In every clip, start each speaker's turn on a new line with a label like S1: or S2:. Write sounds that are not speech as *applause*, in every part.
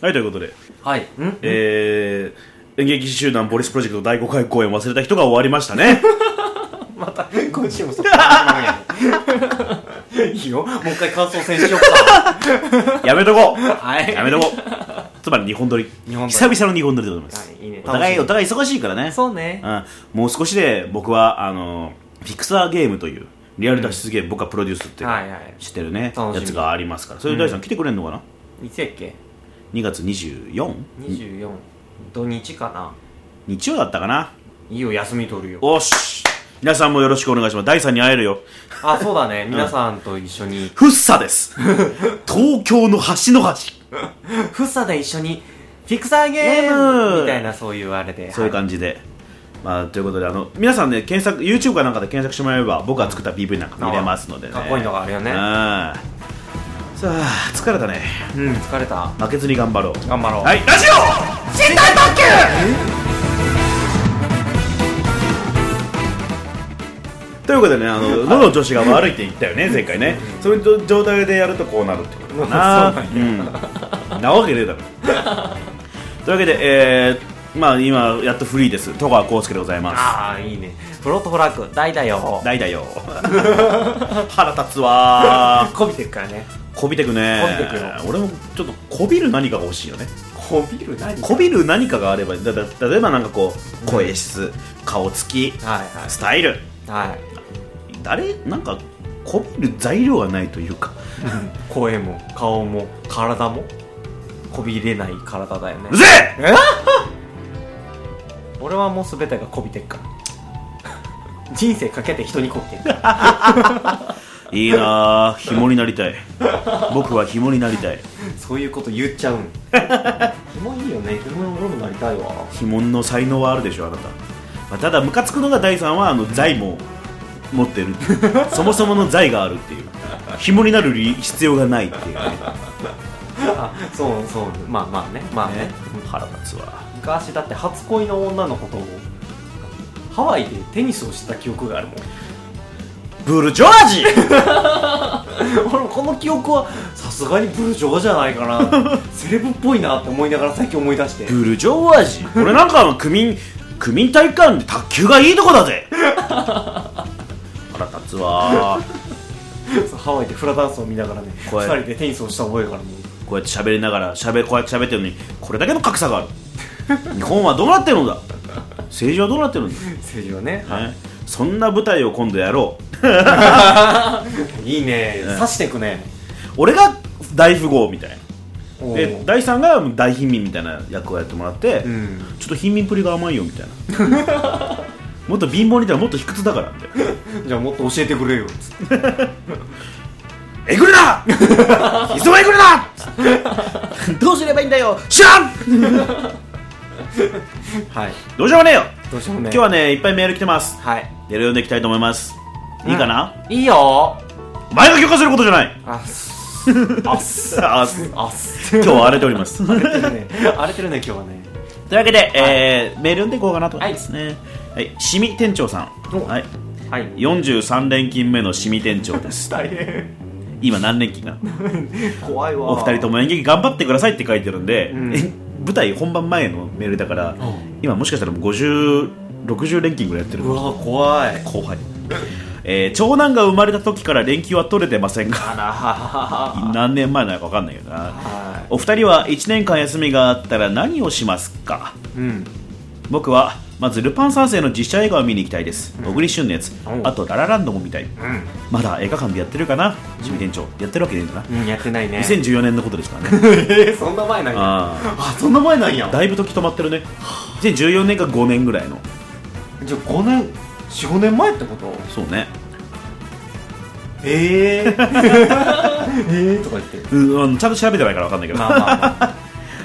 S1: はいということで、
S2: はい。ん
S1: えー、演劇集団ボリスプロジェクト第5回公演忘れた人が終わりましたね
S2: *laughs* また、今週もそっから始まるやん *laughs* いいよ。もう一回感想戦しよっ
S1: *laughs*
S2: か。
S1: やめとこう
S2: はい
S1: やめとこうつまり日本撮り
S2: 日本撮
S1: 久
S2: り
S1: 々の日本撮りでございます、
S2: はいいいね
S1: お互いお
S2: 楽
S1: 互い忙しいからね
S2: そうね。
S1: うん、もう少しで僕はあのフィクサーゲームというリアル脱出ゲーム、僕はプロデュースって
S2: はいはい
S1: してるね、
S2: 楽しみ
S1: やつがありますからそれで大さん来てくれんのかな、
S2: いつやっけ
S1: 2月 24?
S2: 24土日かな
S1: 日曜だったかない
S2: いよ休み取るよ
S1: おし皆さんもよろしくお願いします大さんに会えるよ
S2: あそうだね皆さんと一緒に
S1: フッサです
S2: *laughs*
S1: 東京の端の端
S2: フッサで一緒にフィクサーゲームみたいなそういうあれで
S1: そういう感じで、まあ、ということであの皆さんね検索 YouTube かなんかで検索してもらえれば僕が作った PV なんか見れますのでね
S2: かっこいいのがあるよね
S1: うんさあ疲れたね
S2: うん疲れた
S1: 負けずに頑張ろう
S2: 頑張ろう
S1: はいラジオ身体特急ということでねあの喉の調子が悪いって言ったよね前回ねそれと状態でやるとこうなるってことだな
S2: そ
S1: う
S2: う
S1: んなわけねえだろというわけでえー、まあ今やっとフリーです戸川浩介でございます
S2: ああいいねプロトフラッグ大だよ
S1: 大だよ腹立つわ
S2: こびてるからね
S1: こびてくね
S2: こびてくよ
S1: 俺もちょっとこびる何かが欲しいよね
S2: こびる何
S1: こびる何かがあればだだ例えばなんかこう声質、顔つき
S2: はい
S1: スタイル
S2: はいはい
S1: 誰なんかこびる材料がないというか
S2: 声も顔も体もこびれない体だよね
S1: うぜえ
S2: *laughs* 俺はもう全てがこびてるから *laughs* 人生かけて人にこびてるから *laughs*
S1: いいなあ紐になりたい僕は紐になりたい
S2: そういうこと言っちゃうん *laughs* 紐いいよね紐俺もなりたいわ *laughs*
S1: 紐の才能はあるでしょあなた、まあ、ただムカつくのが第3はあの財も持ってるそもそもの財があるっていう紐になる理必要がないっていうね
S2: あそうそうまあまあねまあね
S1: ね腹立つわ
S2: 昔だって初恋の女の子とハワイでテニスをした記憶があるもん *laughs*
S1: ブルジョージ
S2: 俺もこの記憶はさすがにブルジョーじゃないかなセレブっぽいなって思いながら最近思い出して
S1: ブルジョワジー *laughs* 俺なんかあの区民区民体育館で卓球がいいとこだぜ腹立つわ
S2: そうハワイでフラダンスを見ながらね二
S1: 怖い
S2: 人でテニスをした覚えがあるもん
S1: こうやって喋りながら喋こうやって喋ってるのにこれだけの格差がある日本はどうなってるのだ政治はどうなってるんだ、
S2: 政治はね、
S1: ね、そんな舞台を今度やろう
S2: いいね刺してくね
S1: 俺が大富豪みたい
S2: お
S1: な
S2: ー
S1: で第3が大貧民みたいな役をやってもらって、
S2: うん
S1: ちょっと貧民プリが甘いよみたいな *laughs* もっと貧乏にいたらもっと卑屈だからみたいな
S2: じゃあもっと教えてくれよつって
S1: えぐる *laughs* ないつもえぐるなどうすればいいんだよ知らん
S2: はい
S1: どうしようもねえよ
S2: どうしようもね
S1: 今日はねいっぱいメール来てます
S2: はい
S1: メール読んでいきたいと思いますいいかな、
S2: いいよ
S1: お前が許可することじゃない
S2: あっすあっす
S1: あす
S2: あっ
S1: *laughs*
S2: す
S1: 今日は荒れておりますという
S2: 荒れてるね荒れてるね今日はね
S1: わけで、えーメール読んでいこうかなと思いますねはい、シミ店長さん、
S2: お
S1: はい、
S2: はい
S1: 43連勤目のシミ店長
S2: *laughs*
S1: です
S2: 大変
S1: 今何連勤かな
S2: 怖いわ
S1: お二人とも演劇頑張ってくださいって書いてるんで、
S2: ん
S1: 舞台本番前のメールだから、
S2: ん
S1: 今もしかしたらもう5060連勤ぐらいやってる
S2: うわ怖い
S1: 後輩、えー長男が生まれた時から連休は取れてませんが
S2: あらははは
S1: 何年前なのか分かんないけどな
S2: は
S1: お二人は1年間休みがあったら何をしますか
S2: うん
S1: 僕はまず「ルパン三世」の実写映画を見に行きたいです小栗旬のやつ
S2: うん
S1: あと「ララランド」も見たい
S2: うん
S1: まだ映画館でやってるかな地味店長やってるわけねえんだな
S2: うんやってないね
S1: 2014年のことですからね
S2: えー *laughs* そんな前なんや
S1: *laughs* あ
S2: あそんな前なんや
S1: あだいぶ時止まってるね2014年か5年ぐらいの
S2: じゃあ5年45年前ってこと
S1: そうね
S2: *laughs* ええええとか言って
S1: うんあのちゃんと調べてないから分かんないけど、
S2: まあまあまあ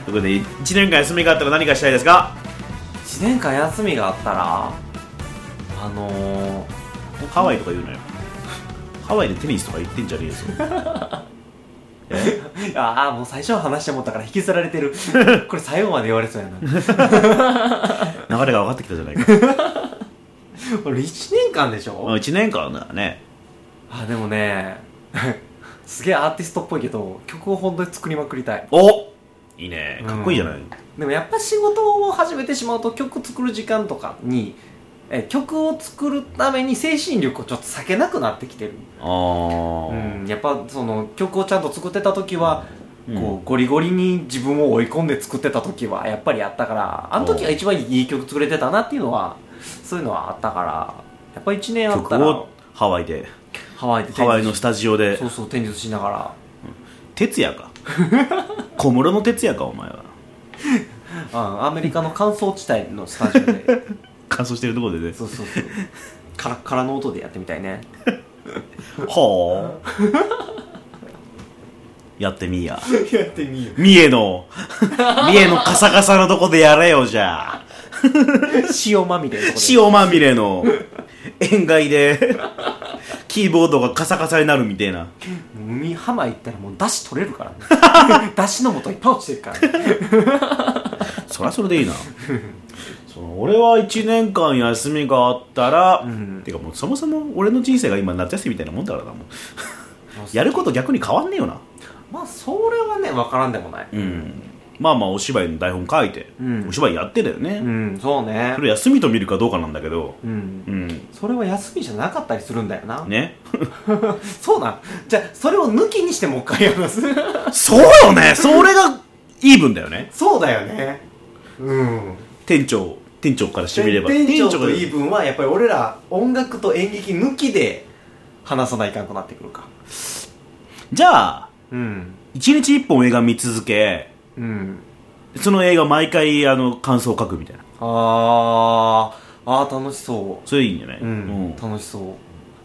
S1: ということで1年間休みがあったら何かしたいですか
S2: 1年間休みがあったらあのー、
S1: ハワイとか言うのよハワイでテニスとか言ってんじゃねえぞえ
S2: ああもう最初は話してもったから引きずられ *laughs* てるこれ最後まで言われそうやな
S1: 流れが分かってきたじゃないか
S2: 俺1年間でしょ、
S1: 1年間ならね
S2: あでも *laughs* ねすげえアーティストっぽいけど曲を本当に作りまくりたい
S1: おいいねかっこいいじゃない、
S2: でもやっぱ仕事を始めてしまうと曲作る時間とかにえ曲を作るために精神力をちょっと避けなくなってきてる、
S1: ああ、
S2: うん、やっぱその曲をちゃんと作ってた時は、
S1: うん
S2: こうゴリゴリに自分を追い込んで作ってた時はやっぱりあったからあの時が一番いい曲作れてたなっていうのはそういうのはあったからやっぱ1年あった
S1: 曲
S2: ら
S1: をハワイで
S2: ハワイで
S1: ハワイのス
S2: し
S1: タジオで
S2: そうそう展示しながら
S1: 徹夜
S2: *laughs*
S1: か小室の徹夜かお前は
S2: うん、アメリカの乾燥地帯のスタジオで
S1: *laughs* 乾燥してるところでね
S2: そうそうそうカラッカラの音でやってみたいね
S1: はあ
S2: *laughs*
S1: やってみいや
S2: やってみよ
S1: 三重
S2: *laughs*
S1: の三重のカサカサのとこでやれよじゃあ
S2: 塩まみれのとこで
S1: 塩まみれの塩害でキーボードがカサカサになるみたいな
S2: 海浜行ったらもう出汁取れるからね *laughs* 出汁の素いっぱい落ちてるから、ね、
S1: そりゃそれでいい
S2: *laughs*
S1: なその俺は1年間休みがあったら、
S2: ん
S1: てかもうそもそも俺の人生が今夏休みみたいなもんだからなもうやること逆に変わんねえよな
S2: まあそれはね分からんでもない
S1: うんまあまあお芝居の台本書いて、
S2: うん
S1: お芝居やってだよね、
S2: うんそうね
S1: それ休みと見るかどうかなんだけど
S2: うん
S1: うん
S2: それは休みじゃなかったりするんだよな、
S1: ね
S2: *laughs* そうなんじゃあそれを抜きにしてもう一回やります
S1: そうよねそれがイーブンだよね
S2: *laughs* そうだよねうん
S1: 店長店長からしてみれば
S2: 店長と
S1: が
S2: イーブンはやっぱり俺ら音楽と演劇抜きで話さないかんくなってくるか
S1: じゃあ
S2: うん
S1: 一日一本映画見続け
S2: うん
S1: その映画毎回あの感想を書くみたいな
S2: あーあー楽しそ
S1: それいいんじゃない、
S2: ううん、
S1: うん
S2: 楽しそう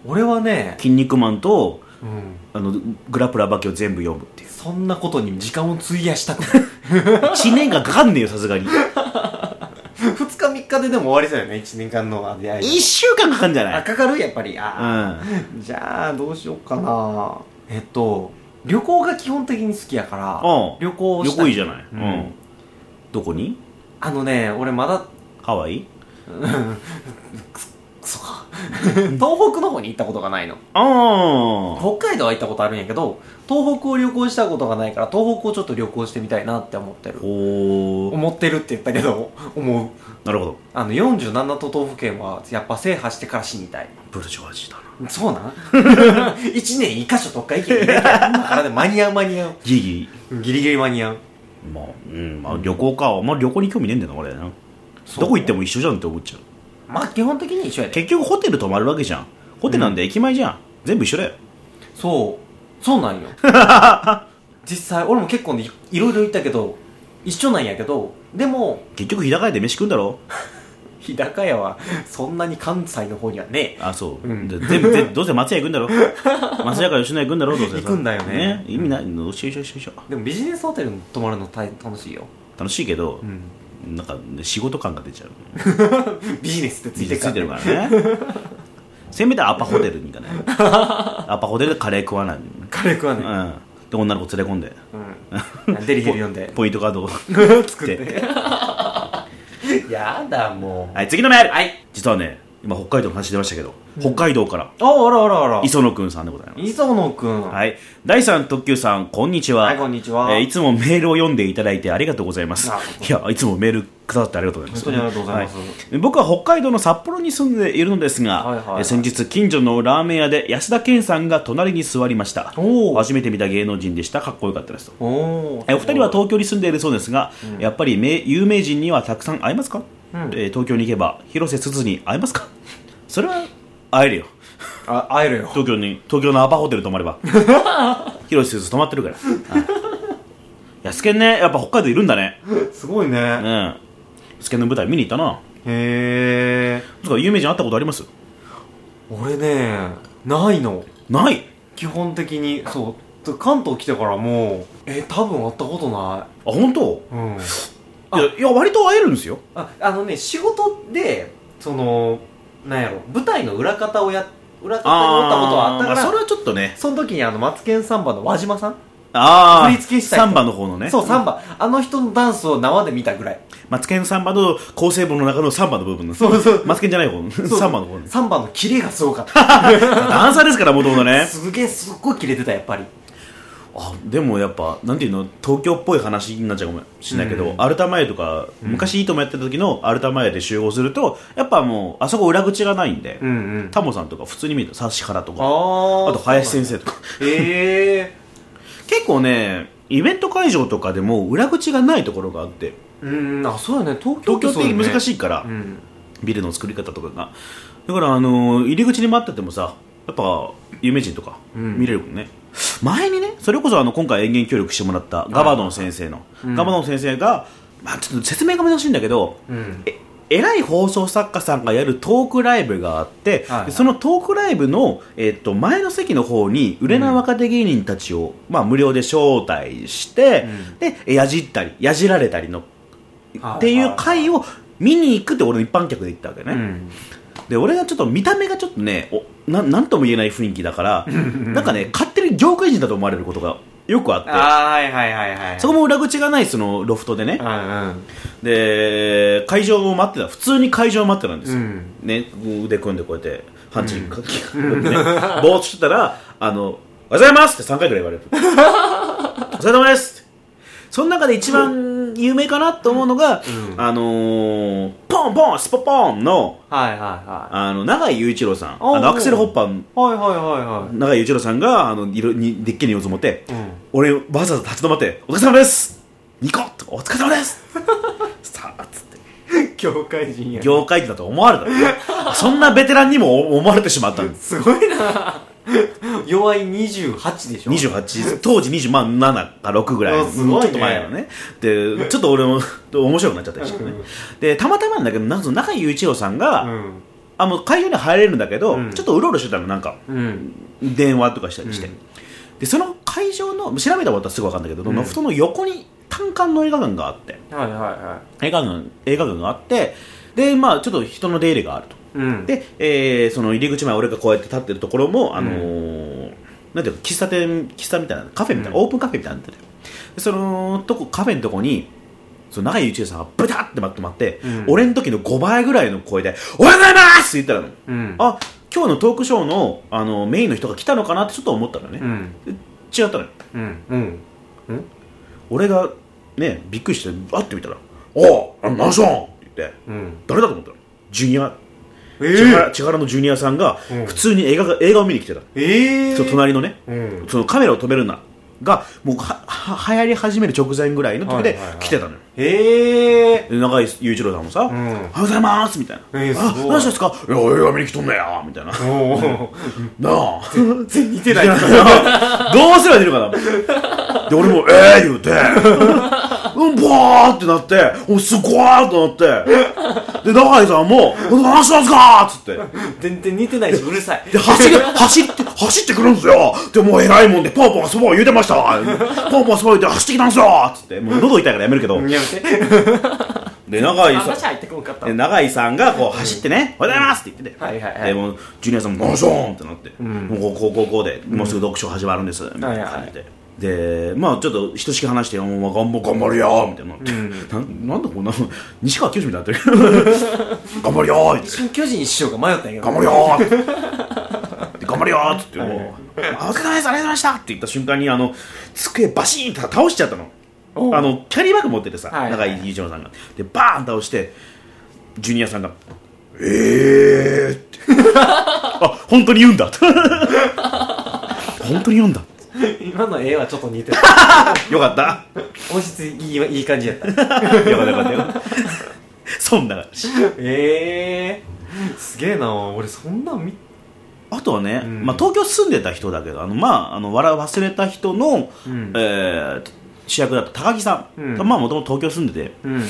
S2: 俺はね、
S1: 筋肉マンと
S2: うん、
S1: あのグラプラバキを全部読むっていう
S2: そんなことに時間を費やしたくない
S1: 1年がかかんねえよさすがに
S2: 2日3日ででも終わりそうよね1年間の出会い
S1: 1週間かかんじゃな
S2: あ
S1: い
S2: かかるやっぱり
S1: う
S2: あ
S1: ん
S2: ー、じゃあどうしようかなえっと旅行が基本的に好きやから
S1: うん
S2: 旅行を
S1: 旅
S2: した
S1: 行いいじゃない、う
S2: うんん
S1: どこに
S2: あのね俺まだ
S1: ハワイ
S2: クソか *laughs* 東北の方に行ったことがないの
S1: ああ
S2: 北海道は行ったことあるんやけど東北を旅行したことがないから東北をちょっと旅行してみたいなって思ってる
S1: おー
S2: 思ってるって言ったけど思う
S1: なるほど
S2: あの47都道府県はやっぱ制覇してから死にたい
S1: ブルジョワジーだな
S2: そうなん *laughs* 一年一箇所どっか行けばいいだからで間に合う間に合
S1: ギリギ
S2: うギリギリ間に合う
S1: リまあ、うん、まあ旅行かあんまり旅行に興味ねえんだよな俺などこ行っても一緒じゃんって思っちゃう
S2: まあ基本的に一緒やで
S1: 結局ホテル泊まるわけじゃんホテルなんで駅前じゃん、全部一緒だよ
S2: そうそうなんよ *laughs* 実際俺も結構ねいいろいろ言ったけど一緒なんやけどでも
S1: 結局日高屋で飯食うんだろ
S2: 日高屋はそんなに関西の方にはね
S1: あそう、
S2: うん
S1: で全部ぜどうせ松屋行く
S2: *laughs*
S1: んだろ松屋から吉野家行くんだろどうせさ
S2: 行くんだよね
S1: 意味ないの一緒一緒一緒一緒
S2: でもビジネスホテルに泊まるの大楽しいよ、
S1: 楽しいけど
S2: う、ん、
S1: なんかね仕事感が出ちゃう
S2: ビジネスってついて
S1: ついて
S2: る
S1: る
S2: か
S1: からね
S2: *laughs*
S1: せめてアパホテルに行かないアパホテルでカレー食わない、う
S2: カレー食わね
S1: ん、で女の子連れ込んで
S2: うん、デリヘル読ん *laughs* で
S1: ポイントカードを
S2: 作って *laughs* やだもう
S1: はい次のメール、
S2: はい
S1: 実はね今北海道の話出ましたけど、北海道から
S2: ああらあらあら
S1: 磯野くんさんでございます
S2: 磯野くん
S1: はい。第三特急さん、こんにちは。
S2: はいこんにちは
S1: えーいつもメールを読んでいただいてありがとうございます。
S2: あそうそう
S1: いや、いつもメールくださってありがとうございます。
S2: 本当にありがとうございます
S1: は僕は北海道の札幌に住んでいるのですが、
S2: はいはいはい
S1: えー先日、近所のラーメン屋で安田健さんが隣に座りました。
S2: おー
S1: 初めて見た芸能人でした。かっこよかったですと。
S2: おお
S1: えーお二人は東京に住んでいるそうですが、やっぱり名有名人にはたくさん会えますか、
S2: うん
S1: えー東京に行けば広瀬すずに会えますかそれは会えるよ
S2: あ会えるよ
S1: 東京に東京のアパホテル泊まれば広瀬すず泊まってるからはい安健ねやっぱ北海道いるんだね
S2: *laughs* すごいね
S1: うん安健の舞台見に行ったな
S2: へえ
S1: つうか有名人会ったことあります
S2: 俺ねないの
S1: ない
S2: 基本的にそう関東来てからもうえ多分会ったことな
S1: あ本当
S2: いうん
S1: いやいや割と会えるんですよ
S2: ああのね仕事でそのなんやろ舞台の裏方をや裏方におったことはあった
S1: ーま
S2: から
S1: それはちょっとね
S2: その時にあのマツケンサンバの輪島さん、
S1: ああ
S2: 振り付けしたい人
S1: サンバの方のね
S2: そうサンバあの人のダンスを生で見たぐらい
S1: マツケンサンバの構成部の中のサンバの部分の
S2: そうそう
S1: マツケンじゃない方の
S2: そう
S1: サンバの方の
S2: サンバのキレがすごかった
S1: ダンサーですからもともとね
S2: すげえすっごいキレてたやっぱり
S1: あでもやっぱなんていうの東京っぽい話になっちゃうかもしれないけど、
S2: うん
S1: アルタ前とか昔いいともやってた時のアルタ前で集合するとやっぱもうあそこ裏口がないんで、
S2: うんうん
S1: タモさんとか普通に見ると指原と
S2: あ
S1: か
S2: あ
S1: あと林先
S2: 生
S1: 生とか
S2: へえ
S1: 結構ねイベント会場とかでも裏口がないところがあって
S2: うんあそうだね東京
S1: 東京って難
S2: い
S1: しいから、
S2: うん
S1: ビルの作り方とかがだからあのー入り口に待っててもさやっぱ有名人とか
S2: うん
S1: 見れるもんね、前にねそれこそあの今回演芸協力してもらったガバドン先生の、
S2: うん
S1: ガバドン先生が、まあ、ちょっと説明が難しいんだけど
S2: うん
S1: え偉い放送作家さんがやるトークライブがあって、
S2: はいはい
S1: そのトークライブの、えっと前の席の方に売れない若手芸人たちを、まあ、無料で招待して、でえやじったりやじられたりのっていう会を見に行くって俺の一般客で行ったわけね、
S2: うん
S1: で俺がちょっと見た目がちょっとねおななんとも言えない雰囲気だからなんかね勝手に業界人だと思われることがよくあって
S2: ああはいはいはいはい
S1: そこも裏口がないそのロフトでね
S2: うんうん
S1: で会場を待ってた普通に会場を待ってたんですよ、
S2: うん
S1: ね、腕組んでこうやってハンチかきかけてねぼーっとしてたら「あのおはようございます!」って3回ぐらい言われる「おはようございます!」その中で一番有名かなと思うのが、
S2: うん
S1: あのーポンポンスポポンの
S2: はいはいは
S1: あの永井雄一郎さん
S2: おう
S1: あのアクセルホッパーの
S2: いはいはいはいはい
S1: 永井雄一郎さんがあのいろにでっけえ荷物を持って、
S2: うん
S1: 俺わざわざ立ち止まって「お疲れ様です!」ニコッと「お疲れ様
S2: *laughs*
S1: です! 」さあっつって
S2: 業界人や
S1: 業界人だと思われたのねそんなベテランにも思われてしまったんです
S2: すごいな弱い28でしょ
S1: 28当時27か6ぐらい
S2: あすごいね
S1: ちょっと前のねでちょっと俺も面白くなっちゃったりしてね
S2: うん
S1: でたまたまなんだけどなんかその中井雄一郎さんが、
S2: うん
S1: あもう会場に入れるんだけど、
S2: うん
S1: ちょっとうろうろしてたのなんか
S2: うん
S1: 電話とかしたりして、
S2: うん
S1: でその会場の調べたことはすぐ分かるんだけど、
S2: ん
S1: ロフトの横に単館の映画館があって
S2: はいはいは
S1: 映画館映画館があってでまあちょっと人の出入りがあると
S2: いうん
S1: で、えーその入り口前俺がこうやって立ってるところも、あのーなんていうか喫茶店喫茶みたいなカフェみたいな、
S2: うん
S1: オープンカフェみたいになっててでそのとこカフェのとこにその永井一恵さんがブタッてまとまって、
S2: うん
S1: 俺の時の5倍ぐらいの声で「おはようございます!」って言ったら、
S2: うん
S1: あ今日のトークショーのあのメインの人が来たのかなってちょっと思ったのね、
S2: うん
S1: 違ったのよ
S2: うんうん
S1: 俺がねびっくりして会ってみたら「おあマンション!」って言って
S2: うん
S1: 誰だと思ったのジュニア
S2: え
S1: 千原千原のジュニアさんが
S2: うん
S1: 普通に映画が映画を見に来てた、
S2: ええ
S1: その隣のね
S2: うん
S1: そのカメラを止めるながもうはは流行り始める直前ぐらいの時で
S2: はいはいはい
S1: 来てたのよ、
S2: ええ
S1: で永井雄一郎さんもさ、
S2: う
S1: おはよ
S2: ん
S1: うございますみたいな、
S2: えー
S1: あ
S2: すごい
S1: 何してんですかいや映画見に来とんだよみたいなな
S2: おお
S1: あ
S2: 全然
S1: *laughs*
S2: 似てない
S1: どうすれば出るかなで俺も「ええー」言うてうんぼーってなっておすごいってなってで永井さんも「何してんすか?」っつって
S2: 全然似てないしうるさい
S1: で、走り、走って、走ってくるんですよで、もう偉いもんで、ポンポンそばを言うてましたポンポンそばを言うて走ってきたんですよつって、もう喉痛いからやめるけど
S2: や。めて
S1: で、長井さ
S2: 話
S1: ん。
S2: 入ってこんかった
S1: で長井さんがこう走ってね、おはようございますって言ってて、
S2: はいはいはい
S1: でもうジュニアさんも、マンションってなって、
S2: ん
S1: もうこうこうこうで、もうすぐ読書始まるんです、みたいな感じで、で、まあちょっとひとしき話して、お前頑張頑張るよみたいな、 *laughs* な、なんでこんな、西川きよしみたいになって *laughs* る、頑張るよーって。
S2: 巨人師匠が迷ったんやけど
S1: 頑張るよーって *laughs* 頑張るよーって言って、
S2: はい
S1: もう、あお疲れ様です、ありがとうございましたって言った瞬間に、あの、机バシーンと倒しちゃったの。
S2: おう
S1: あの、キャリーバッグ持っててさ、
S2: はい
S1: 中井一郎さんが。で、バーン倒して、ジュニアさんが、えーって。 *laughs* あ、本当に言うんだ。 *laughs* 本当に言うんだ。
S2: 今の絵はちょっと似てる
S1: よかった。
S2: 音質いいわいい感じや *laughs* った
S1: よかったよかったよ。そんな感じ。
S2: ええすげえな俺そんなん見
S1: あとはね、
S2: うん
S1: まあ、東京住んでた人だけどあの、まあ、あの笑忘れた人の、
S2: うん
S1: えー主役だった高木さん、
S2: うん
S1: まあもともと東京住んでて
S2: うんうん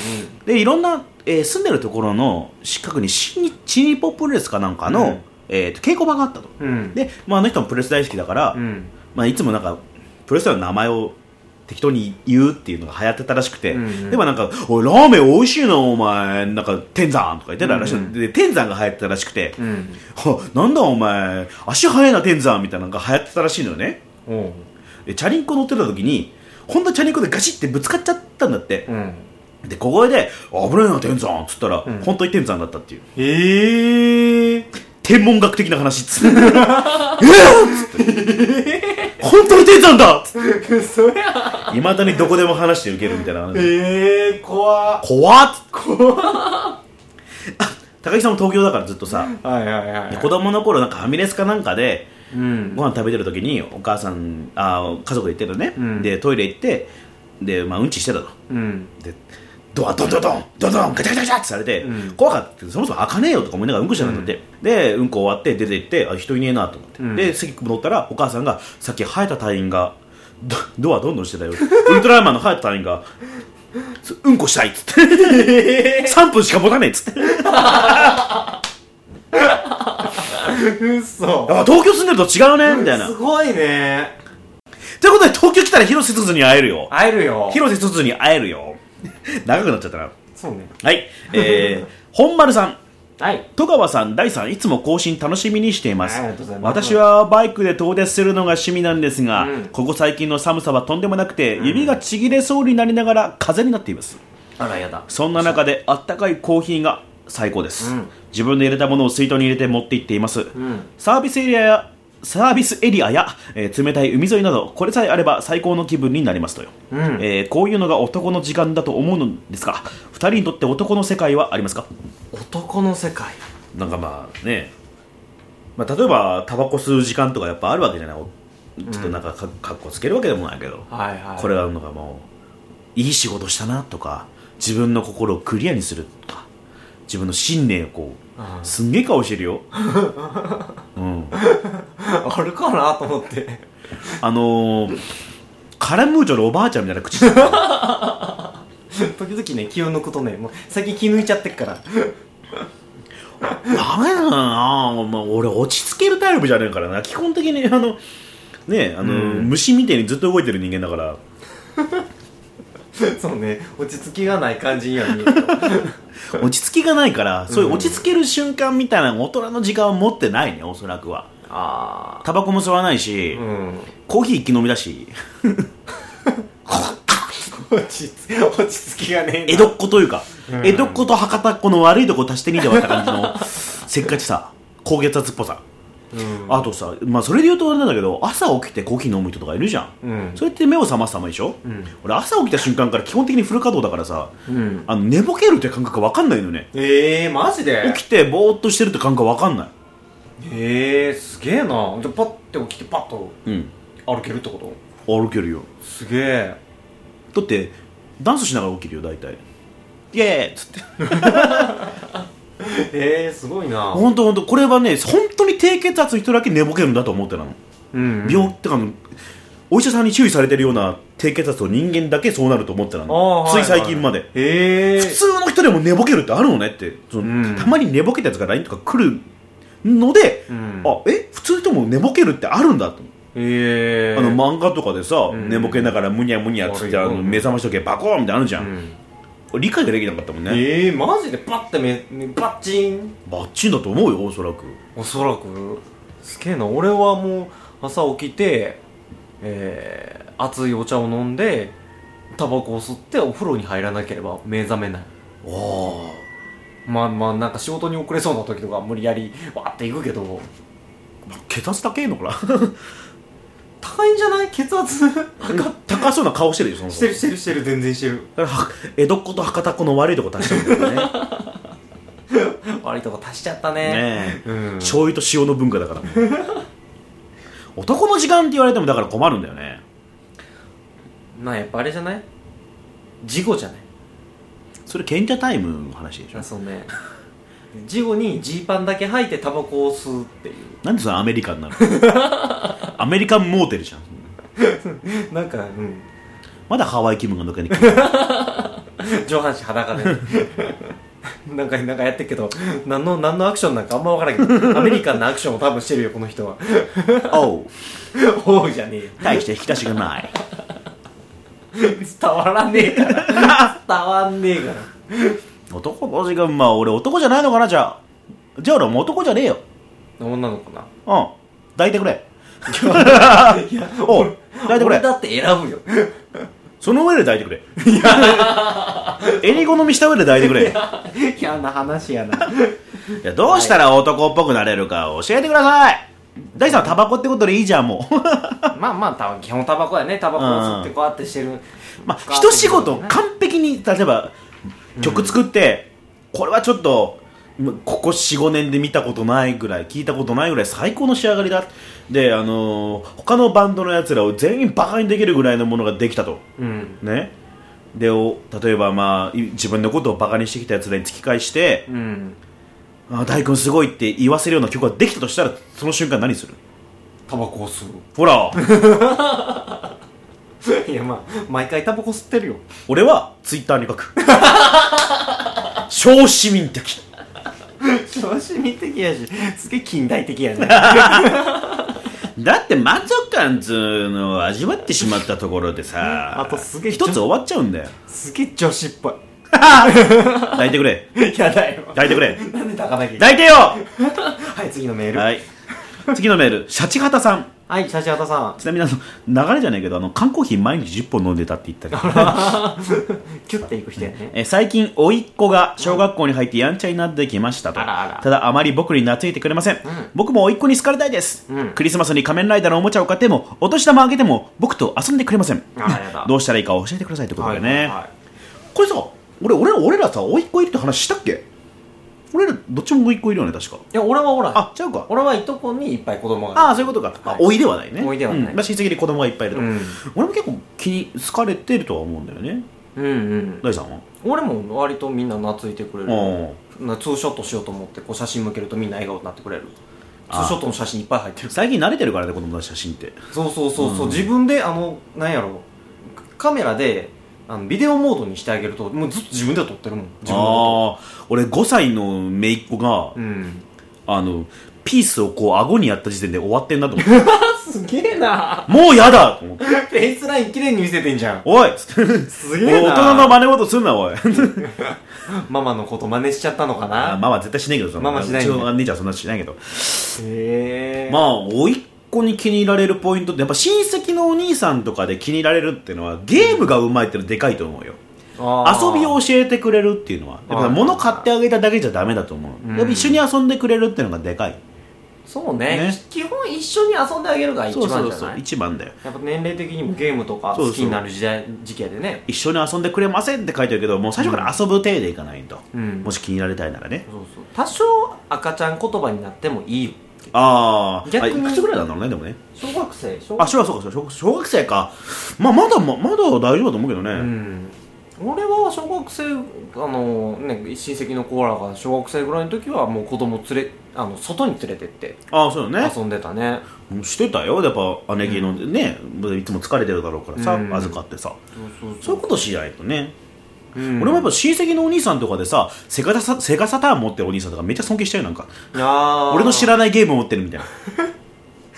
S1: でいろんな、えー住んでるところの近くに新日新日本プロレスかなんかの、
S2: うん
S1: えーと稽古場があったと
S2: うん
S1: で、まあ、あの人もプロレス大好きだから、
S2: うん
S1: まあ、いつもなんかプロレスラーの名前を適当に言うっていうのが流行ってたらしくて、
S2: うんうん
S1: でもなんか「おいラーメン美味しいなお前なんか天山」とか言ってたらしい、
S2: うんうん
S1: で天山が流行ってたらしくて、
S2: うん
S1: はなんだお前足速いな天山みたいなのが流行ってたらしいのよね
S2: おう
S1: でチャリンコ乗ってた時に本当にチャリンコでガシってぶつかっちゃったんだって
S2: うん
S1: で小声で「危ないな天山」っつったら、
S2: うん
S1: 本当に天山だったっていう
S2: ええ *laughs*
S1: 天文学的な話っつってえーっつって本当に出たんだつっ
S2: そりゃ
S1: ていまだにどこでも話して受けるみたいな話
S2: ええー、怖っ
S1: 怖っ怖っ高木さんも東京だからずっとさ
S2: はいはいはい
S1: で子供の頃なんかファミレスかなんかで
S2: うん
S1: ご飯食べてる時にお母さんあ家族で行ってるのね、
S2: うん
S1: でトイレ行ってで、まあ、うんちしてたと
S2: うん
S1: でドアドンドンドンドンドンガチャガチャガチャってされて、
S2: うん
S1: 怖かったそもそも開かねえよとか思いながらうんこしてたんだって、でうんこ終わって出て行ってあ人いねえなと思って、
S2: うん
S1: で席戻ったらお母さんがさっき生えた隊員がドドアどんどんしてたよ *laughs* ウルトラマンの生えた隊員がそうんこしたいっつって
S2: *laughs*
S1: 3分しか持たねえっつって
S2: 嘘
S1: あ東京住んでると違うねみたいな
S2: すごいね
S1: ということで東京来たら広瀬すずに会えるよ
S2: 会えるよ
S1: 広瀬すずに会える
S2: *laughs*
S1: よ長くなっちゃったな
S2: そうね
S1: はい
S2: *laughs*
S1: えー、本丸さん
S2: はい
S1: 戸川さん、大さん、いつも更新楽しみにしています
S2: ありがとうございます
S1: 私はバイクで遠出するのが趣味なんですが、
S2: うん
S1: ここ最近の寒さはとんでもなくて、指がちぎれそうになりながら風になっています
S2: あらやだ
S1: そんな中であったかいコーヒーが最高です、
S2: うん
S1: 自分で入れたものを水筒に入れて持って行っています、
S2: うん
S1: サービスエリアやサービスエリアや、えー冷たい海沿いなどこれさえあれば最高の気分になりますとよ、
S2: うん
S1: えーこういうのが男の時間だと思うのですが2人にとって男の世界はありますか
S2: 男の世界
S1: なんかまあね、まあ、例えばタバコ吸う時間とかやっぱあるわけじゃないおちょっとなんかかかっこつけるわけでもないけど、
S2: はいはい
S1: これはなんかもういい仕事したなとか自分の心をクリアにするとか自分の信念をこ
S2: あ
S1: うすんげえ顔してるよ、うん、
S2: *laughs* あるかなと思って *laughs*
S1: あのー、カラムーチョのおばあちゃんみたいな口してる
S2: 時々ね気を抜くとねもう最近気抜いちゃってっから *laughs*
S1: ダメだな、まあ、俺落ち着けるタイプじゃねえからな基本的にあのねあのー
S2: うん
S1: 虫みたいにずっと動いてる人間だから
S2: そうね落ち着きがない感じには見える
S1: 落ち着きがないから、そういう落ち着ける瞬間みたいなのが大人の時間を持ってないねおそらくは
S2: あ
S1: タバコも吸わないし、
S2: あうん
S1: コーヒー一気飲みだし
S2: *laughs* 落ち着落ち着きがねえ
S1: 江戸っ子というか、
S2: うん
S1: 江戸っ子と博多っ子の悪いとこ足してみてはった感じ *laughs* のせっかちさ高血圧っぽさ
S2: うん
S1: あとさ、まあ、それで言うとあれなんだけど朝起きてコーヒー飲む人とかいるじゃん、
S2: うん
S1: それって目を覚ますためでしょ、
S2: うん
S1: 俺朝起きた瞬間から基本的にフル稼働だからさ
S2: うん
S1: あの寝ぼけるって感覚わかんないのね
S2: ええマジで
S1: 起きてぼーっとしてるって感覚わかんない
S2: ええすげえなじゃあパッて起きてパッと
S1: うん
S2: 歩けるってこと
S1: 歩けるよ
S2: すげえ
S1: だってダンスしながら起きるよ大体イエーイっつって
S2: ええすごいな
S1: 本当本当これはね本当に低血圧の人だけ寝ぼけるんだと思ってなの、
S2: うん
S1: 病ってかあのお医者さんに注意されてるような低血圧の人間だけそうなると思ってな
S2: ああ
S1: のつい最近まで、
S2: ええ
S1: 普通の人でも寝ぼけるってあるのねってその、
S2: うん
S1: たまに寝ぼけたやつが LINE とか来るので、
S2: うん
S1: あえ普通の人も寝ぼけるってあるんだと思う
S2: ええ
S1: あの漫画とかでさ、
S2: ん
S1: 寝ぼけながらむにゃむにゃっつってあ
S2: 悪い
S1: の
S2: よ
S1: 目覚ましとけバコーンみたいなのあるじゃ、
S2: うんん
S1: 理解ができなかったもんね、
S2: ええマジでパッてめめパッチン
S1: バッチンだと思うよおそらく
S2: おそらくすげえな俺はもう朝起きて、えー、熱いお茶を飲んでタバコを吸ってお風呂に入らなければ目覚めない
S1: あ
S2: まあまあなんか仕事に遅れそうな時とか無理やりわーって行くけど
S1: あ血圧高いのかな
S2: *laughs* 高いんじゃない血 *laughs* 圧
S1: 高そうな顔してるよその
S2: し
S1: 子
S2: てるしてるしてる全然してる
S1: だからは江戸っ子と博多っ子の悪いとこ足してるんだよね
S2: 悪いとこ足しちゃったね
S1: ねえ
S2: うん
S1: 醤油と塩の文化だから男の時間って言われてもだから困るんだよね
S2: まあやっぱあれじゃない事故じゃない
S1: それ賢者タイムの話でしょ
S2: あそうね事後にジーパンだけ履いてタバコを吸うっていう
S1: なんでそれアメリカンなのアメリカンモーテルじゃん
S2: なんかうん
S1: まだハワイ気分が抜けにくい
S2: 上半身裸で *laughs* なんかなんかやってるけど何の何のアクションなんかあんま分からんけ *laughs* どアメリカンなアクションを多分してるよこの人 *laughs* は
S1: おう
S2: おうじゃねえよ
S1: 大して引き出しがない
S2: 伝わらねえから *laughs* 伝わんねえから
S1: 男の時間まあ俺男じゃないのかなじゃあじゃあ俺もう男じゃねえよ
S2: 女の子な
S1: うん抱いてくれ
S2: いや
S1: おう抱いてく
S2: 俺
S1: れ
S2: だって選ぶよ
S1: その上で抱いてくれ襟好みした上で抱いてくれい
S2: *laughs* 嫌な話やな
S1: やどうしたら男っぽくなれるか教えてください大さんはタバコってことでいいじゃんもう
S2: *laughs* まあまあた基本タバコやねタバコを吸ってこうやってしてる、
S1: まあ一仕事完璧に例えば曲作って、これはちょっと今ここ45年で見たことないぐらい聞いたことないぐらい最高の仕上がりだであのー他のバンドのやつらを全員バカにできるぐらいのものができたと
S2: うん
S1: ねでお例えばまあい自分のことをバカにしてきたやつらに突き返して
S2: うん
S1: 「あー大君すごい」って言わせるような曲ができたとしたらその瞬間何する
S2: タバコを吸う
S1: ほら
S2: *laughs* いやまあ毎回タバコ吸ってるよ *laughs*
S1: 俺はツイッターに書く小市民的
S2: 調子見的やしすげえ近代的や
S1: *laughs*
S2: ね
S1: だって満足感っつうのを味わってしまったところでさ
S2: あとすげえ
S1: 一つ終わっちゃうんだよ
S2: すげえ女子っぽい
S1: *laughs*
S2: *laughs*
S1: 抱いてくれ
S2: やだよ
S1: 抱いてくれ
S2: なんで高泣き
S1: 抱いてよ
S2: はい次のメールは、
S1: はいい次のメールシャチハタさん
S2: はい、シャチハタさん
S1: ちなみにあの流れじゃないけどあの缶コーヒー毎日10本飲んでたって言ったけど
S2: キュッていく人やね
S1: えー最近甥っ子が小学校に入ってやんちゃになってきましたと
S2: あらあら
S1: ただあまり僕に懐いてくれません、僕も甥っ子に好かれたいです、
S2: うん
S1: クリスマスに仮面ライダーのおもちゃを買ってもお年玉あげても僕と遊んでくれません
S2: あらやだ
S1: *laughs* どうしたらいいか教えてくださいってことだよね、
S2: はい
S1: これさ俺俺俺らさ甥っ子いるって話したっけ俺らどっちも甥っ子いるよね確か
S2: いや俺はほら
S1: あ違うか
S2: 俺はいとこにいっぱい子供が
S1: ああそういうことか、まあ
S2: はい
S1: 甥ではないね
S2: 甥ではない
S1: うんまあ、親戚に子供がいっぱいいると、
S2: うん
S1: 俺も結構気に好かれてるとは思うんだよね
S2: うんうん
S1: 大さんは
S2: 俺も割とみんな懐いてくれる
S1: うん
S2: なツーショットしようと思ってこう写真向けるとみんな笑顔になってくれるツ
S1: あ
S2: ーショットの写真いっぱい入ってる
S1: 最近慣れてるからね子供の写真って
S2: そうそうそうそう、自分であのなんやろカメラであのビデオモードにしてあげるともうずっと自分で撮ってるもん自分で撮
S1: ああ俺5歳の姪っ子が、
S2: ってうん
S1: あのピースをこう顎にやった時点で終わってんなと思
S2: *laughs*
S1: って
S2: すげえな
S1: もうやだと思って
S2: フェイスライン綺麗に見せてんじゃん
S1: おいっつ
S2: *laughs*
S1: って
S2: す
S1: 大人の真似事すんなおい
S2: ママのこと真似しちゃったのか
S1: あ
S2: な
S1: ママ絶対しないけどその
S2: ママしないね
S1: うちの姉ちゃんそんなしないけど
S2: へえ
S1: まあ甥っ子に気に入られるポイントってやっぱ親戚のお兄さんとかで気に入られるっていうのはゲームがうまいってのはでかいと思うよ遊びを教えてくれるっていうのはやっぱ
S2: あー
S1: 物買ってあげただけじゃダメだと思う、
S2: うん
S1: やっぱ一緒に遊んでくれるっていうのがでかい
S2: そうね
S1: ね
S2: 基本一緒に遊んであげるが一
S1: そう
S2: 番じゃない
S1: そうそう一番だよ
S2: やっぱ年齢的にもゲームとか
S1: そうそう
S2: 好きになる時代時期やでね
S1: 一緒に遊んでくれませんって書いてるけどもう最初から遊ぶ体でいかないと、
S2: うん
S1: もし気に入られたいならね
S2: そうそう多少赤ちゃん言葉になってもいいよ
S1: あーあ
S2: 逆
S1: い
S2: に
S1: くつぐらいなんだろうねでもね
S2: 小学生小
S1: あ
S2: 学生
S1: 小学生小小学生か、まあ、まだままだ大丈夫だと思うけどね、
S2: うん俺は小学生あのね親戚の子らが小学生ぐらいの時はもう子供連れあの外に連れてって
S1: ああそうだね
S2: 遊んでたね
S1: うんしてたよやっぱ姉貴の、ねいつも疲れてるだろうからさ、
S2: うん
S1: 預かってさ
S2: そうそう
S1: そういうことしないとね、
S2: うん
S1: 俺もやっぱ親戚のお兄さんとかでさセガサセガサターン持ってるお兄さんとかめっちゃ尊敬しちゃうよなんか
S2: あー
S1: 俺の知らないゲーム持ってるみたい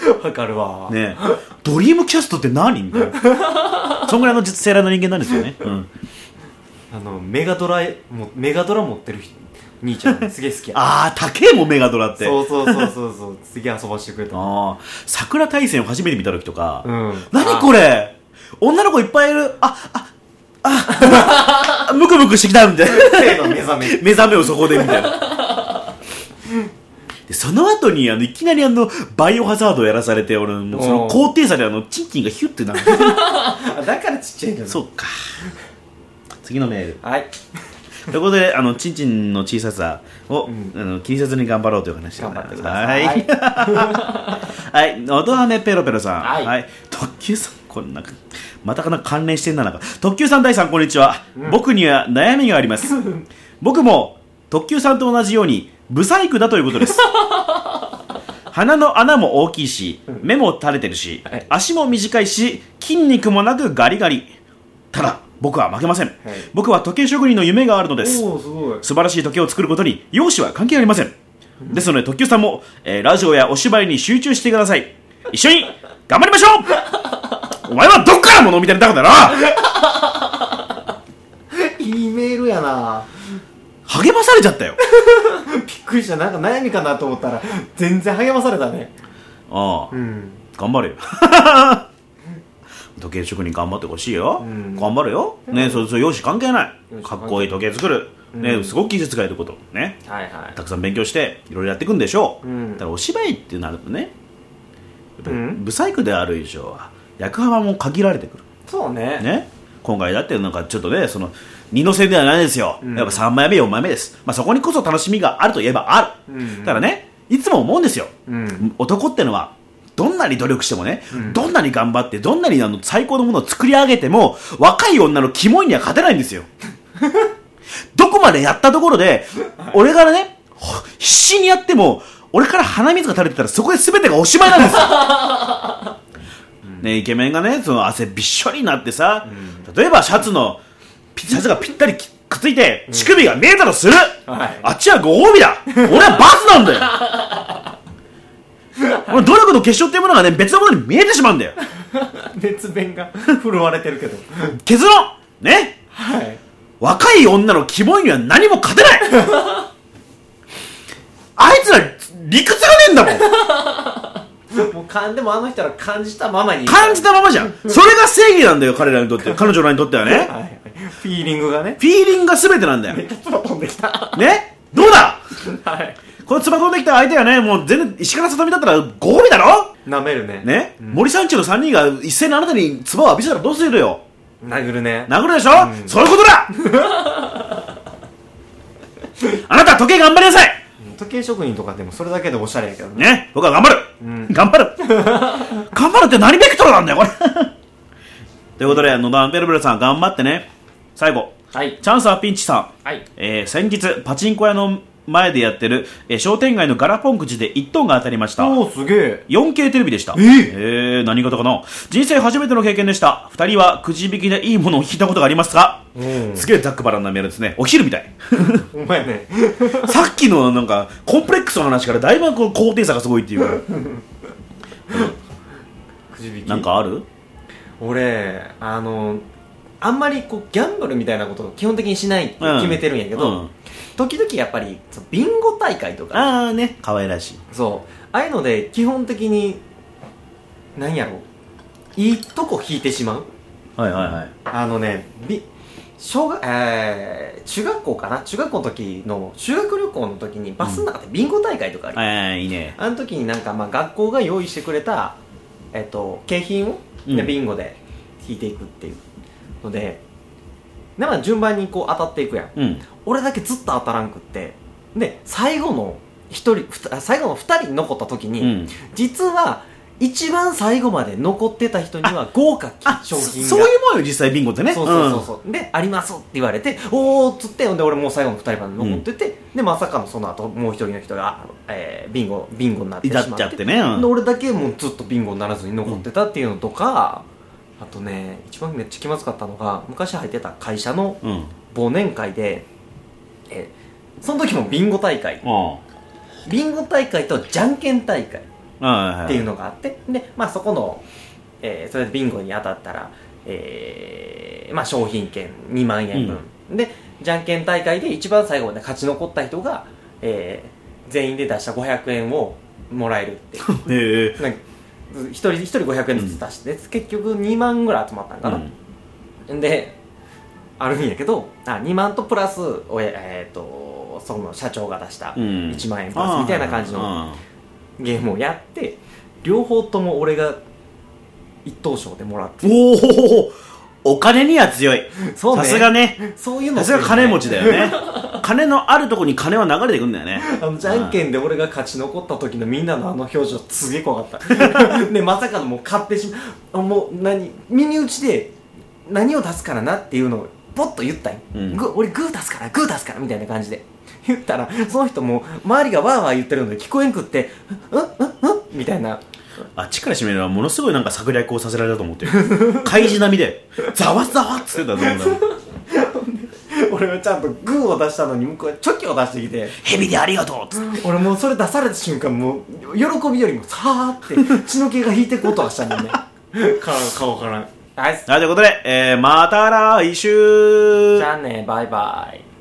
S1: な
S2: *laughs* わかるわ、
S1: ねえドリームキャストって何みたいなそんぐらいの実性の人間なんですよね、うん、
S2: あのメガドラもメガドラ持ってる人兄ちゃ *laughs* んすげえ好きや
S1: ああ高えもんメガドラって
S2: そうそうそうそうそうすげえ遊ばしてくれた
S1: ああ桜大戦を初めて見た時とか、
S2: うん
S1: 何これ女の子いっぱいいるああああムクムクしてきたみたいな *laughs*
S2: れの目覚め
S1: 目覚めをそこでみたいなでその後にあのいきなりあのバイオハザードをやらされて俺もうその高低差であのチンチンがヒュッてなる
S2: *laughs* あだからちっちゃいんだよ
S1: そうか次のメール
S2: はい
S1: ということであのチンチンの小ささを、
S2: うん
S1: あの気にせずに頑張ろうという話でご
S2: 頑
S1: ざ
S2: 張
S1: い
S2: っ
S1: ます
S2: てください
S1: はいはい、のど飴ペロペロさん。
S2: はい
S1: 特急さん、これなんか、またかな関連してんな、なんか。特急さん、大さん、こんにちは。僕には悩みがあり
S2: *laughs*
S1: ます。僕も、特急さんと同じように、不細工だということ
S2: *laughs*
S1: です。鼻の穴も大きいし、目も垂れてるし
S2: はい、
S1: 足も短いし、筋肉もなくガリガリ。ただ、僕は負けません。僕は時計職人の夢があるのです。
S2: おおす *laughs* ごい
S1: 素晴らしい時計を作ることに容姿は関係ありませんですので特急さんも、えーラジオやお芝居に集中してください一緒に頑張りましょうお前はどっから物を見てるんだからな
S2: イメールやな
S1: 励まされちゃったよ
S2: びっくりしたなんか悩みかなと思ったら全然励まされたね
S1: ああ
S2: ん
S1: 頑張れよ時計職人頑張ってほしいよ、
S2: うん
S1: 頑張るよねそうそう容姿関係な
S2: 容
S1: い
S2: 姿
S1: か
S2: 関係ない
S1: っこいい時計作る、
S2: う
S1: ね
S2: ん
S1: すごく技術がいることね
S2: はいは
S1: たくさん勉強していろいろやっていくんでしょう、
S2: うん
S1: だからお芝居ってなるとねやっぱり
S2: うん
S1: ブサイクである以上は役幅も限られてくる
S2: そうね
S1: ね、今回だってなんかちょっとねその二の線ではないですよ、
S2: うん
S1: やっぱ3枚目4枚目です、まあ、そこにこそ楽しみがあるといえばある、
S2: うん
S1: だからねいつも思うんですよ、
S2: うん
S1: 男ってのはどんなに努力してもね、
S2: ん
S1: どんなに頑張ってどんなにあの最高のものを作り上げても若い女のキモいには勝てないんです
S2: *laughs*
S1: よどこまでやったところで俺からねほ必死にやっても俺から鼻水が垂れてたらそこで全てがおしまいなんですよね、イケメンがねその汗びっしょりになってさ、例えばシャツのピシャツがぴったりきくっついて乳首が見えたとする、
S2: はい
S1: あっちはご褒美だ俺はバスなんだよ俺努力の結晶っていうものがね別のものに見えてしまうんだよ
S2: *laughs* 熱弁が *laughs* 振るわれてるけど
S1: 結論ね
S2: はい
S1: 若い女のキモいには何も勝てないあいつら理屈がねえんだもん
S2: もうかんでもあの人ら感じたままに
S1: 感じたままじゃんそれが正義なんだよ彼らにとって彼女らにとってはね
S2: はいはいフィーリングがね
S1: フィーリングが全てなんだよ
S2: 熱が飛んで *laughs* きた
S1: ねどうだ
S2: はい
S1: このつば飛んできた相手はね、もう全然石原さとみだったらご褒美だろ
S2: 舐めるね
S1: ね、
S2: うん
S1: 森三中の3人が一斉にあなたに唾を浴びせたらどうするよ
S2: 殴るね
S1: 殴るでしょ、
S2: うん
S1: そういうこと
S2: *laughs*
S1: だあなた時計頑張りなさい
S2: 時計職人とかでもそれだけでおしゃれやけどね
S1: ね僕は頑張る、
S2: うん
S1: 頑張る頑張るって何ベクトルなんだ
S2: *laughs*
S1: よこれということで野田アンペルブルさん頑張ってね最後
S2: はい
S1: チャンスはピンチさん
S2: はい
S1: えー先日パチンコ屋の前でやってる、えー商店街のガラポンくじで1トンが当たりました
S2: おおすげえ
S1: 4K テレビでした。
S2: え
S1: えー何事かな人生初めての経験でした。二人はくじ引きでいいものを引いたことがありますか
S2: うん
S1: すげえざっくばらんなメールですね。お昼みたい。 *laughs*
S2: お前ね
S1: さっきのなんか、コンプレックスの話からだいぶこう高低差がすごいって
S2: *laughs*
S1: いう。
S2: くじ引き
S1: なんかある
S2: 俺あのあんまりこうギャンブルみたいなことを基本的にしないって決めてるんやけど、
S1: うん
S2: 時々やっぱりそうビンゴ大会とか
S1: あーね、可愛らしい。
S2: そうああいうので基本的に何やろういいとこ引いてしまう
S1: はいはいはい。
S2: あのねび小学、えー、中学校かな中学校の時の修学旅行の時にバスの中でビンゴ大会とかあり、
S1: あーいいね。
S2: あの時になんかまあ学校が用意してくれた、えっと、景品を、
S1: うん
S2: でビンゴで引いていくっていうのでで、まあ、順番にこう当たっていくやん
S1: うん。
S2: 俺だけずっと当たらんくってで最後の一人ふた最後の2人残った時に、
S1: うん。
S2: 実は一番最後まで残ってた人には豪華
S1: あ、
S2: 商
S1: そ
S2: 品が
S1: そういうもんよ、実際ビンゴってね。
S2: そうそうそうそう、で「あります」って言われて「おお」っつってほんで俺もう最後の2人まで残ってて、でまさかのその後もう一人の人が、えービンゴビンゴになって
S1: い
S2: しま
S1: だ
S2: って
S1: っちゃってね。うん
S2: で俺だけもうずっとビンゴにならずに残ってたっていうのとか、あとね一番めっちゃ気まずかったのが昔入ってた会社の
S1: うん。うん。
S2: 忘年会で、えーその時もビンゴ大会ビンゴ大会とじゃんけん大会
S1: はいはいはい。
S2: っていうのがあって、で、まあ、そこの、えーそれでビンゴに当たったら、えーまあ、商品券2万円分、でじゃんけん大会で一番最後まで勝ち残った人が、えー全員で出した500円をもらえるっていう
S1: *laughs* へえ。
S2: なんか一人一人500円ずつ出して、結局2万ぐらい集まったん
S1: う
S2: かな、
S1: ん。
S2: であるんやけどあ2万とプラスおやえー、とその社長が出した
S1: うん
S2: 1万円プラスみたいな感じの、
S1: あ
S2: ゲームをやって両方とも俺が一等賞でもらっ
S1: ー
S2: て
S1: おーお金には強い。
S2: そうね
S1: さすがね。
S2: そういうの
S1: さ
S2: って
S1: すが金持ちだよね金のあるとこに金は流れてくんだよね
S2: あのじゃんけんで俺が勝ち残った時のみんなのあの表情すげえ怖かった *laughs* でまさかのもう買ってしまもう何耳打ちで何を出すからなっていうのをポッと言ったんよ、
S1: うん
S2: グー俺グー出すからグー出すからみたいな感じで言ったらその人も周りがわーわー言ってるので聞こえんくって「うんうんうん」みたいな
S1: あっちからしてみればものすごいなんか策略をさせられたと思ってる開示並みでざわざわっつってたと思うんだ *laughs* よ
S2: 俺はちゃんとグーを出したのに向こうはチョキを出してきて
S1: 蛇でありがとうっつって
S2: 俺もうそれ出された瞬間もう喜びよりもさーって血の気が引いてく音がしたもんねから *laughs* 顔からあいつ
S1: はいということで、えー、また来週
S2: じゃあねバイバイ